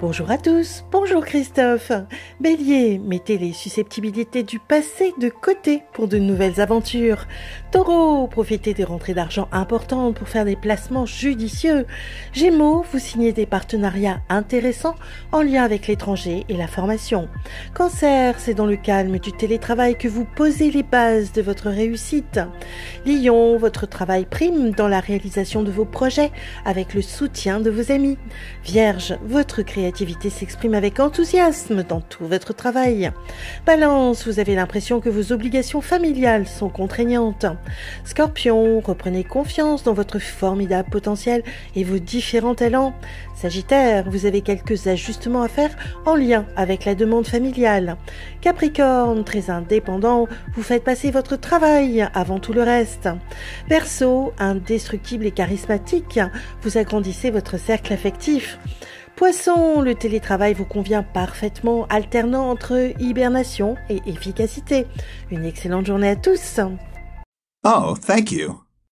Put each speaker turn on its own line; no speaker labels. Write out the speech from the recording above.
Bonjour à tous, bonjour Christophe. Bélier, mettez les susceptibilités du passé de côté pour de nouvelles aventures. Taureau, profitez des rentrées d'argent importantes pour faire des placements judicieux. Gémeaux, vous signez des partenariats intéressants en lien avec l'étranger et la formation. Cancer, c'est dans le calme du télétravail que vous posez les bases de votre réussite. Lion, votre travail prime dans la réalisation de vos projets avec le soutien de vos amis. Vierge, votre créativité créativité s'exprime avec enthousiasme dans tout votre travail. Balance, vous avez l'impression que vos obligations familiales sont contraignantes. Scorpion, reprenez confiance dans votre formidable potentiel et vos différents talents. Sagittaire, vous avez quelques ajustements à faire en lien avec la demande familiale. Capricorne, très indépendant, vous faites passer votre travail avant tout le reste. Verseau, indestructible et charismatique, vous agrandissez votre cercle affectif. Poisson, le télétravail vous convient parfaitement, alternant entre hibernation et efficacité. Une excellente journée à tous.
Oh, thank you.